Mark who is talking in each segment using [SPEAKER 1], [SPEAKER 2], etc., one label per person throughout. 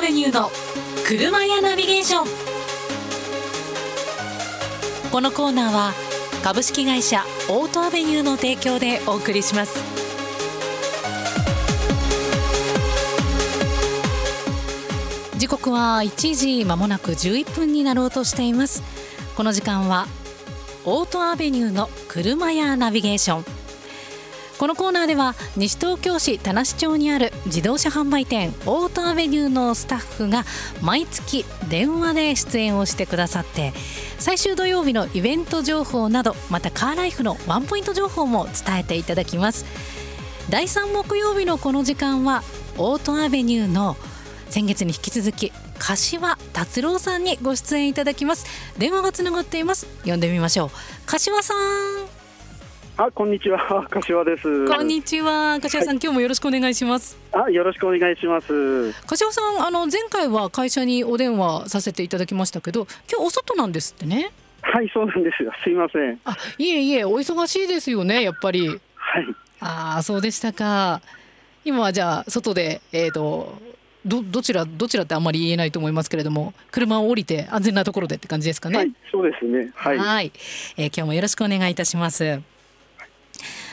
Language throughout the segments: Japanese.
[SPEAKER 1] ベニューの車屋ナビゲーションこのコーナーは株式会社オートアベニューの提供でお送りします時刻は1時まもなく11分になろうとしていますこの時間はオートアベニューの車屋ナビゲーションこのコーナーでは西東京市田無町にある自動車販売店オートアベニューのスタッフが毎月電話で出演をしてくださって最終土曜日のイベント情報などまたカーライフのワンポイント情報も伝えていただきます第3木曜日のこの時間はオートアベニューの先月に引き続き柏達郎さんにご出演いただきます電話がつながっています呼んでみましょう柏さん
[SPEAKER 2] あ、こんにちは、 柏です。
[SPEAKER 1] こんにちは柏さん、今日もよろしくお願いします
[SPEAKER 2] あ、よろしくお願いします。
[SPEAKER 1] 柏さんあの前回は会社にお電話させていただきましたけど今日お外なんですってね
[SPEAKER 2] はい、そうなんですよ。すいません。
[SPEAKER 1] あいえいえお忙しいですよねやっぱり
[SPEAKER 2] はい。
[SPEAKER 1] ああそうでしたか今はじゃあ外でえっ、とどどちらどちらってあんまり言えないと思いますけれども車を降りて安全なところでって感じですかね
[SPEAKER 2] はい、そうですね。はい。
[SPEAKER 1] はい、えー今日もよろしくお願いいたします。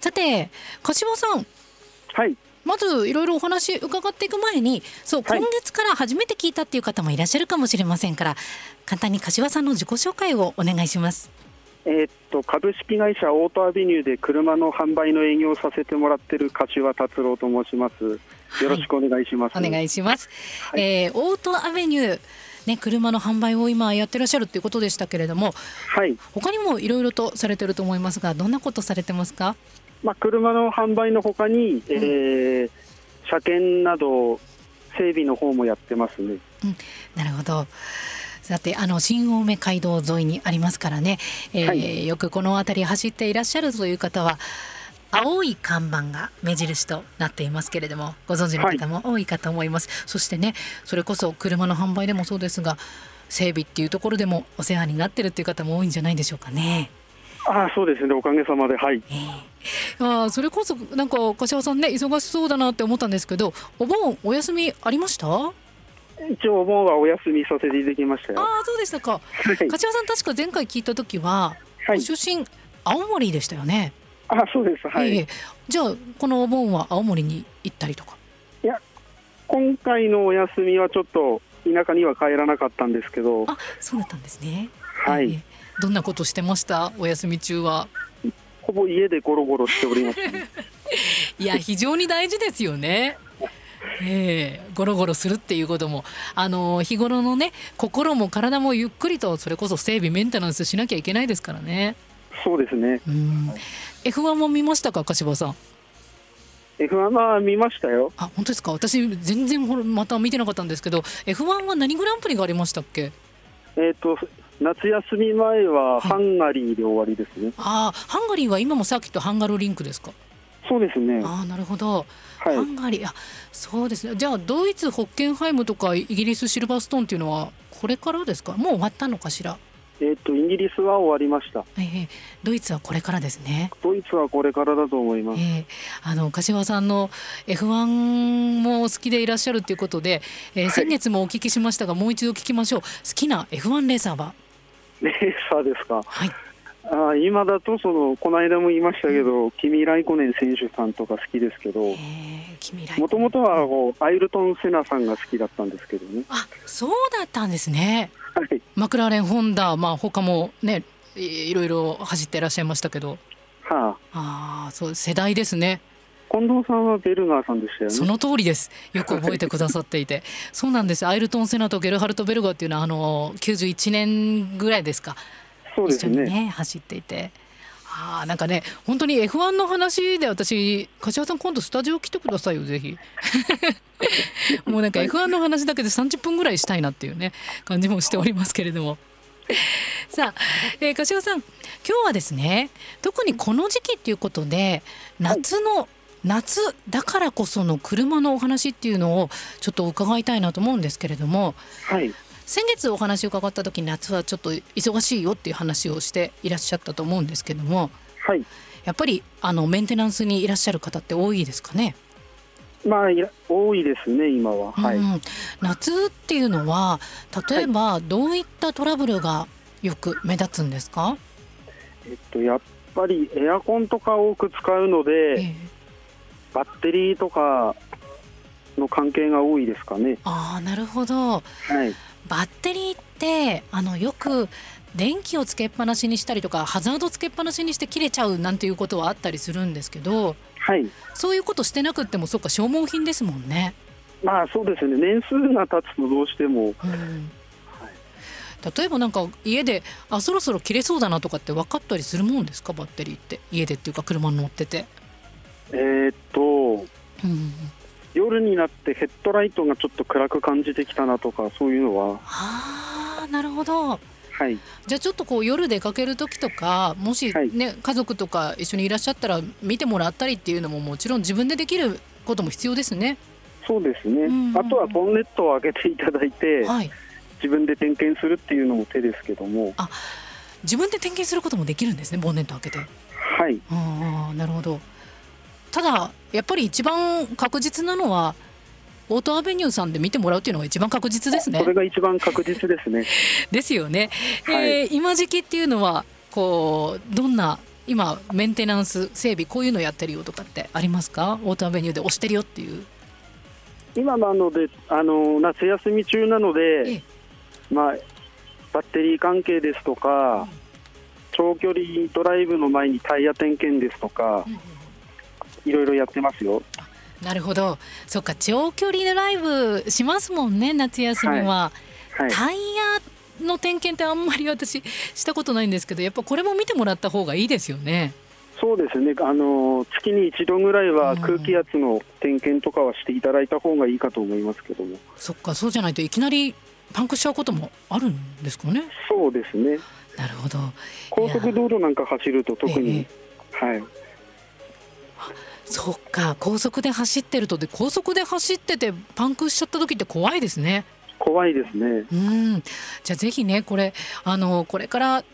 [SPEAKER 1] さて、柏さん、
[SPEAKER 2] はい。
[SPEAKER 1] まずいろいろお話伺っていく前に、そう、
[SPEAKER 2] はい
[SPEAKER 1] 今月から初めて聞いたっていう方もいらっしゃるかもしれませんから、簡単に柏さんの自己紹介をお願いします。
[SPEAKER 2] えーっと、株式会社オートアビニューで車の販売の営業をさせてもらってる柏達郎と申します。よろしくお願いします。
[SPEAKER 1] お願いします。
[SPEAKER 2] はい
[SPEAKER 1] えーオートアベニュー。ね、車の販売を今やってらっしゃるっていうことでしたけれども
[SPEAKER 2] はい。
[SPEAKER 1] 他にもいろいろとされてると思いますがどんなことされてますか
[SPEAKER 2] まあ、車の販売の他に、えー車検など、整備の方もやってますね。
[SPEAKER 1] なるほど。さてあの新青梅街道沿いにありますからね、えー
[SPEAKER 2] はい
[SPEAKER 1] よくこの辺り走っていらっしゃるという方は青い看板が目印となっていますけれどもご存知の方も多いかと思います、そしてねそれこそ車の販売でもそうですが整備っていうところでもお世話になってるっていう方も多いんじゃないでしょうかね。
[SPEAKER 2] あー、そうですね。おかげさまで。はい。
[SPEAKER 1] あーそれこそなんか柏さんね忙しそうだなって思ったんですけどお盆お休みありましたあ
[SPEAKER 2] 一応、お盆はお休みさせていただきましたよ。
[SPEAKER 1] あそうでしたか
[SPEAKER 2] はい。
[SPEAKER 1] 柏さん確か前回聞いた時は
[SPEAKER 2] はい
[SPEAKER 1] ご。出身青森でしたよね。
[SPEAKER 2] あ、そうです。はい。
[SPEAKER 1] ええじゃあこのお盆は青森に行ったりとか。
[SPEAKER 2] 今回のお休みはちょっと田舎には帰らなかったんですけど、
[SPEAKER 1] あ、そうだったんですね。
[SPEAKER 2] は
[SPEAKER 1] え
[SPEAKER 2] い
[SPEAKER 1] え、。どんなことしてましたお休み中は。
[SPEAKER 2] ほぼ家でゴロゴロしており ます。
[SPEAKER 1] い や非常に大事ですよね。ええ、ゴロゴロするっていうこともあの日頃のね心も体もゆっくりとそれこそ整備メンテナンスしなきゃいけないですからね。
[SPEAKER 2] そうですね。
[SPEAKER 1] うん。F1 も見ましたか柏さん。
[SPEAKER 2] F1 は見ましたよ。
[SPEAKER 1] あ本当ですか。私全然ほらまた見てなかったんですけど F1 は何グランプリがありましたっけ。
[SPEAKER 2] えっ、と夏休み前はハンガリーで終わりですね。
[SPEAKER 1] ああ、ハンガリーは今もサーキットハンガロリンクですか。
[SPEAKER 2] そうですね。は
[SPEAKER 1] ああ、なるほど。
[SPEAKER 2] い
[SPEAKER 1] ハ。ンガリー、あ、そうですね。じゃあドイツホッケンハイムとかイギリスシルバーストーンっていうのはこれからですか。もう終わったのかしら。
[SPEAKER 2] えっ、とイギリスは終わりました。
[SPEAKER 1] ええドイツはこれからですね。
[SPEAKER 2] ドイツはこれからだと思います。
[SPEAKER 1] ええあの柏さんの F1 もお好きでいらっしゃるということで、えー
[SPEAKER 2] はい
[SPEAKER 1] 先月もお聞きしましたが、もう一度聞きましょう。好きな F1 レーサーは。
[SPEAKER 2] レー サーですか。
[SPEAKER 1] はい。
[SPEAKER 2] あー今だとそのこの間も言いましたけど、キミライコネン選手さんとか好きですけど
[SPEAKER 1] え。え君ら。
[SPEAKER 2] もともとはこうアイルトン・セナさんが好きだったんですけどね、
[SPEAKER 1] あ、そうだったんですね。
[SPEAKER 2] はい、
[SPEAKER 1] マクラーレン、ホンダ、まあ他もね、いいろいろ走っていらっしゃいましたけど、
[SPEAKER 2] はあ、
[SPEAKER 1] ああ、そう世代ですね。
[SPEAKER 2] 近藤さんはベルガーさんでしたよね。
[SPEAKER 1] その通りです。よく覚えてくださってい て、そうなんです。アイルトンセナとゲルハルトベルガーっていうのはあの91年ぐらいですか。
[SPEAKER 2] そうで
[SPEAKER 1] 一
[SPEAKER 2] す
[SPEAKER 1] 緒に
[SPEAKER 2] ね
[SPEAKER 1] ね走っていて。ああなんかね本当に F1 の話で私柏さん今度スタジオ来てくださいよぜひ もうなんか F1 の話だけで30分ぐらいしたいなっていうね感じもしておりますけれどもさあ、えー、柏さん今日はですね特にこの時期っていうことで夏の、夏だからこその車のお話っていうのをちょっと伺いたいなと思うんですけれども
[SPEAKER 2] はい、
[SPEAKER 1] 先月お話を伺った時夏はちょっと忙しいよっていう話をしていらっしゃったと思うんですけども
[SPEAKER 2] はい、
[SPEAKER 1] やっぱりあのメンテナンスにいらっしゃる方って多いですかね
[SPEAKER 2] まあいら多いですね今は、はい
[SPEAKER 1] うん、夏っていうのは例えばどういったトラブルがよく目立つんですか、
[SPEAKER 2] えっと、やっぱりエアコンとか多く使うので、
[SPEAKER 1] ええ
[SPEAKER 2] バッテリーとかの関係が多いですかね。
[SPEAKER 1] ああなるほど
[SPEAKER 2] はい、
[SPEAKER 1] バッテリーってあのよく電気をつけっぱなしにしたりとかハザードつけっぱなしにして切れちゃうなんていうことはあったりするんですけど
[SPEAKER 2] はい、
[SPEAKER 1] そういうことしてなくってもそっか消耗品ですもんね。
[SPEAKER 2] まあそうですね年数が経つとどうして
[SPEAKER 1] う
[SPEAKER 2] も
[SPEAKER 1] ん例えばなんか家であそろそろ切れそうだなとかって分かったりするもんですかバッテリーって家でっていうか車に乗ってて。
[SPEAKER 2] えーっと
[SPEAKER 1] うん
[SPEAKER 2] 夜になってヘッドライトがちょっと暗く感じてきたなとかそういうのは
[SPEAKER 1] ああなるほど
[SPEAKER 2] はい
[SPEAKER 1] じゃあちょっとこう夜出かける時とかもし
[SPEAKER 2] はい
[SPEAKER 1] ね、家族とか一緒にいらっしゃったら見てもらったりっていうのももちろん自分でできることも必要ですね。
[SPEAKER 2] そうですね、
[SPEAKER 1] うん
[SPEAKER 2] あとはボンネットを開けていただいて
[SPEAKER 1] はい、
[SPEAKER 2] 自分で点検するっていうのも手ですけども
[SPEAKER 1] 自分で点検することもできるんですねボンネット開けて。
[SPEAKER 2] はい
[SPEAKER 1] ああなるほどただやっぱり一番確実なのはオートアベニューさんで見てもらうっていうのが一番確実ですね
[SPEAKER 2] そ。れが一番確実ですね
[SPEAKER 1] ですよね。
[SPEAKER 2] はい
[SPEAKER 1] えー今時期っていうのはこうどんな今メンテナンス整備こういうのやってるよとかってありますかオートアベニューで押してるよっていう。
[SPEAKER 2] 今なのであの夏休み中なので、
[SPEAKER 1] ええ
[SPEAKER 2] まあ、バッテリー関係ですとか、長距離ドライブの前にタイヤ点検ですとか、いろいろやってますよ。
[SPEAKER 1] なるほどそっか長距離ドライブしますもんね夏休みは、
[SPEAKER 2] はい、
[SPEAKER 1] タイヤの点検ってあんまり私したことないんですけどやっぱこれも見てもらった方がいいですよね。
[SPEAKER 2] そうですねあの、月に一度ぐらいは
[SPEAKER 1] うん
[SPEAKER 2] 空気圧の点検とかはしていただいた方がいいかと思いますけども、
[SPEAKER 1] そっかそうじゃないといきなりパンクしちゃうこともあるんですかね。
[SPEAKER 2] そうですね、
[SPEAKER 1] なるほど。
[SPEAKER 2] 高速道路なんか走ると特
[SPEAKER 1] え
[SPEAKER 2] に
[SPEAKER 1] え、
[SPEAKER 2] はい、
[SPEAKER 1] そっか高速で走ってるとで高速で走っててパンクしちゃった時って怖いですね。
[SPEAKER 2] 怖いですね。
[SPEAKER 1] うんじゃあぜひねこれあのこれから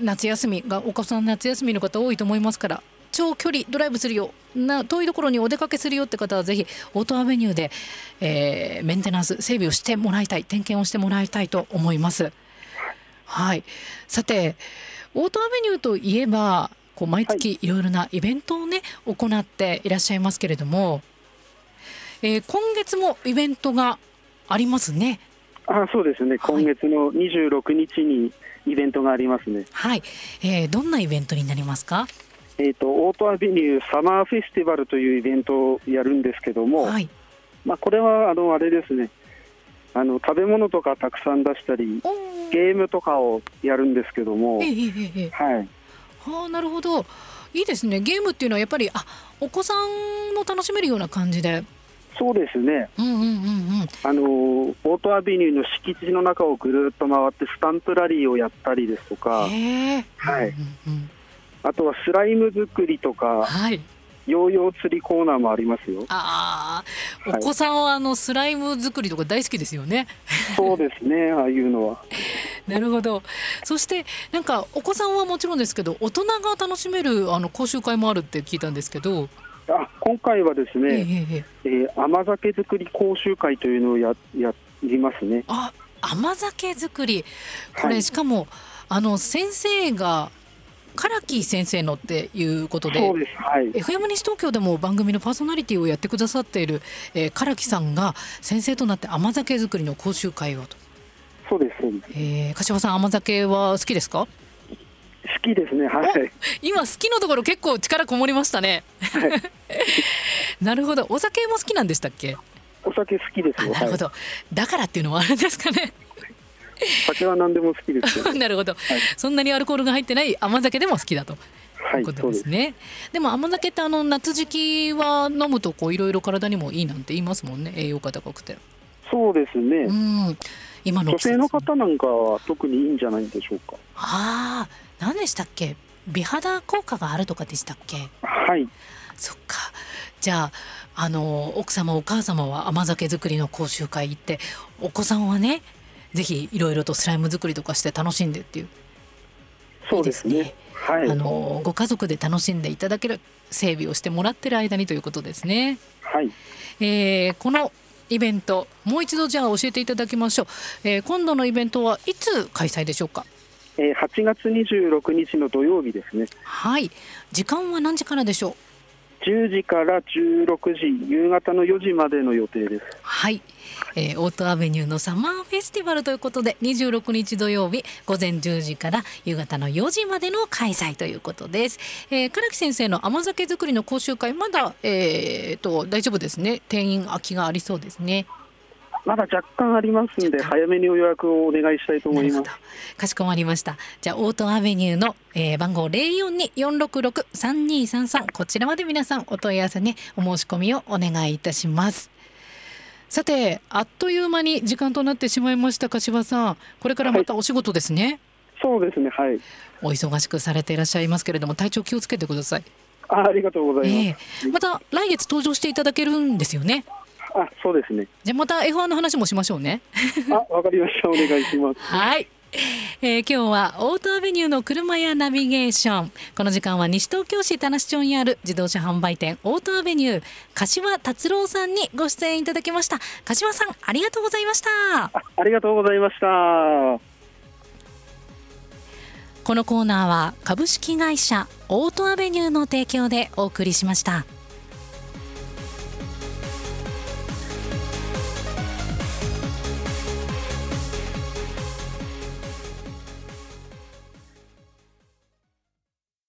[SPEAKER 1] 夏休みがお子さん夏休みの方多いと思いますから長距離ドライブするよな遠いところにお出かけするよって方はぜひオートアベニューで、えーメンテナンス整備をしてもらいたい点検をしてもらいたいと思います。はい、さてオートアベニューといえばこう毎月いろいろなイベントをね、行っていらっしゃいますけれども、えー今月もイベントがありますね。
[SPEAKER 2] あそうですね、
[SPEAKER 1] はい
[SPEAKER 2] 今月の26日にイベントがありますね、
[SPEAKER 1] はい、えー、どんなイベントになりますか。
[SPEAKER 2] えーと、オートアビニューサマーフェスティバルというイベントをやるんですけども、
[SPEAKER 1] はい、
[SPEAKER 2] まあ、これはあのあれですねあの食べ物とかたくさん出したり
[SPEAKER 1] おお、え
[SPEAKER 2] ゲームとかをやるんですけども、
[SPEAKER 1] えええええ。
[SPEAKER 2] はい、
[SPEAKER 1] はあ、なるほど。いいですね。ゲームっていうのはやっぱり、あ、お子さんも楽しめるような感じで。
[SPEAKER 2] そうですね
[SPEAKER 1] うんうんうんうん。
[SPEAKER 2] あのオートアビニューの敷地の中をぐるっと回ってスタンプラリーをやったりですとか
[SPEAKER 1] へえ。
[SPEAKER 2] はい
[SPEAKER 1] うんうんうん
[SPEAKER 2] あとはスライム作りとか
[SPEAKER 1] はい。
[SPEAKER 2] ヨーヨー釣りコーナーもありますよ
[SPEAKER 1] ああ、お
[SPEAKER 2] はい
[SPEAKER 1] 子さんはあのスライム作りとか大好きですよね。
[SPEAKER 2] そうですねああいうのは
[SPEAKER 1] なるほど。そしてなんかお子さんはもちろんですけど、大人が楽しめるあの講習会もあるって聞いたんですけど。
[SPEAKER 2] あ今回はです
[SPEAKER 1] ええ
[SPEAKER 2] ね、
[SPEAKER 1] ええええ。
[SPEAKER 2] えー甘酒作り講習会というのをややりますね
[SPEAKER 1] あ甘酒作りこれ、
[SPEAKER 2] はい
[SPEAKER 1] しかもあの先生が唐木先生のっていうことで
[SPEAKER 2] そうですはい
[SPEAKER 1] FM 西東京でも番組のパーソナリティをやってくださっている、えー、唐木さんが先生となって甘酒作りの講習会をと、
[SPEAKER 2] そうですそうです
[SPEAKER 1] えー、柏さん甘酒は好きですか
[SPEAKER 2] 好きですねはい
[SPEAKER 1] 今好きのところ結構力こもりましたね なるほどお酒も好きなんでしたっけ
[SPEAKER 2] お酒好きです
[SPEAKER 1] あ
[SPEAKER 2] よ。
[SPEAKER 1] なるほど、だからっていうのもあるんですかね
[SPEAKER 2] 酒は何でも好 きですよ。
[SPEAKER 1] なるほど、
[SPEAKER 2] い
[SPEAKER 1] そんなにアルコールが入ってない甘酒でも好きだと
[SPEAKER 2] はい、
[SPEAKER 1] こと
[SPEAKER 2] そう
[SPEAKER 1] で
[SPEAKER 2] ですす。
[SPEAKER 1] ね。でも甘酒ってあの夏時期は飲むとこういろいろ体にもいいなんて言いますもんね。栄養価高くて。
[SPEAKER 2] そうですね。
[SPEAKER 1] うん。今の
[SPEAKER 2] 女
[SPEAKER 1] 季節
[SPEAKER 2] 性の方なんかは特にいいんじゃないでしょうか。
[SPEAKER 1] ああ、何でしたっけ。美肌効果があるとかでしたっけ。
[SPEAKER 2] はい、
[SPEAKER 1] そっか。じゃああの奥様お母様は甘酒作りの講習会行ってお子さんはねぜひいろいろとスライム作りとかして楽しんでっていう
[SPEAKER 2] そうですね。
[SPEAKER 1] いいですね
[SPEAKER 2] はい
[SPEAKER 1] あのご家族で楽しんでいただける整備をしてもらってる間にということですね。
[SPEAKER 2] はい
[SPEAKER 1] えーこのイベントもう一度じゃあ教えていただきましょう、えー今度のイベントはいつ開催でしょうか
[SPEAKER 2] えー8月26日の土曜日ですね
[SPEAKER 1] はい時間は何時からでしょう
[SPEAKER 2] 10時から16時夕方の4時までの予定です
[SPEAKER 1] はい、えーオートアベニューのサマーフェスティバルということで26日土曜日午前10時から夕方の4時までの開催ということです、えー、唐木先生の甘酒作りの講習会まだ、えー、と大丈夫ですね定員空きがありそうですね
[SPEAKER 2] まだ若干ありますんで早めにお予約をお願いしたいと思います
[SPEAKER 1] なるほどかしこまりました。じゃあ、オートアベニューの、えー番号042-466-3233。こちらまで皆さんお問い合わせね、お申し込みをお願いいたします。さて、あっという間に時間となってしまいました、柏さん。これからまたお仕事ですね。
[SPEAKER 2] そうですねはい
[SPEAKER 1] お忙しくされていらっしゃいますけれども、体調気をつけてください。
[SPEAKER 2] あありがとうございます、
[SPEAKER 1] ええまた来月登場していただけるんですよね。
[SPEAKER 2] あそうですね
[SPEAKER 1] じゃあまた F1 の話もしましょうね。
[SPEAKER 2] あわかりましたお願いしま す
[SPEAKER 1] はい。えー今日はオートアベニューの車やナビゲーションこの時間は西東京市田無町にある自動車販売店オートアベニュー柏達郎さんにご出演いただきました柏さんありがとうございました
[SPEAKER 2] あありがとうございました
[SPEAKER 1] このコーナーは株式会社オートアベニューの提供でお送りしました。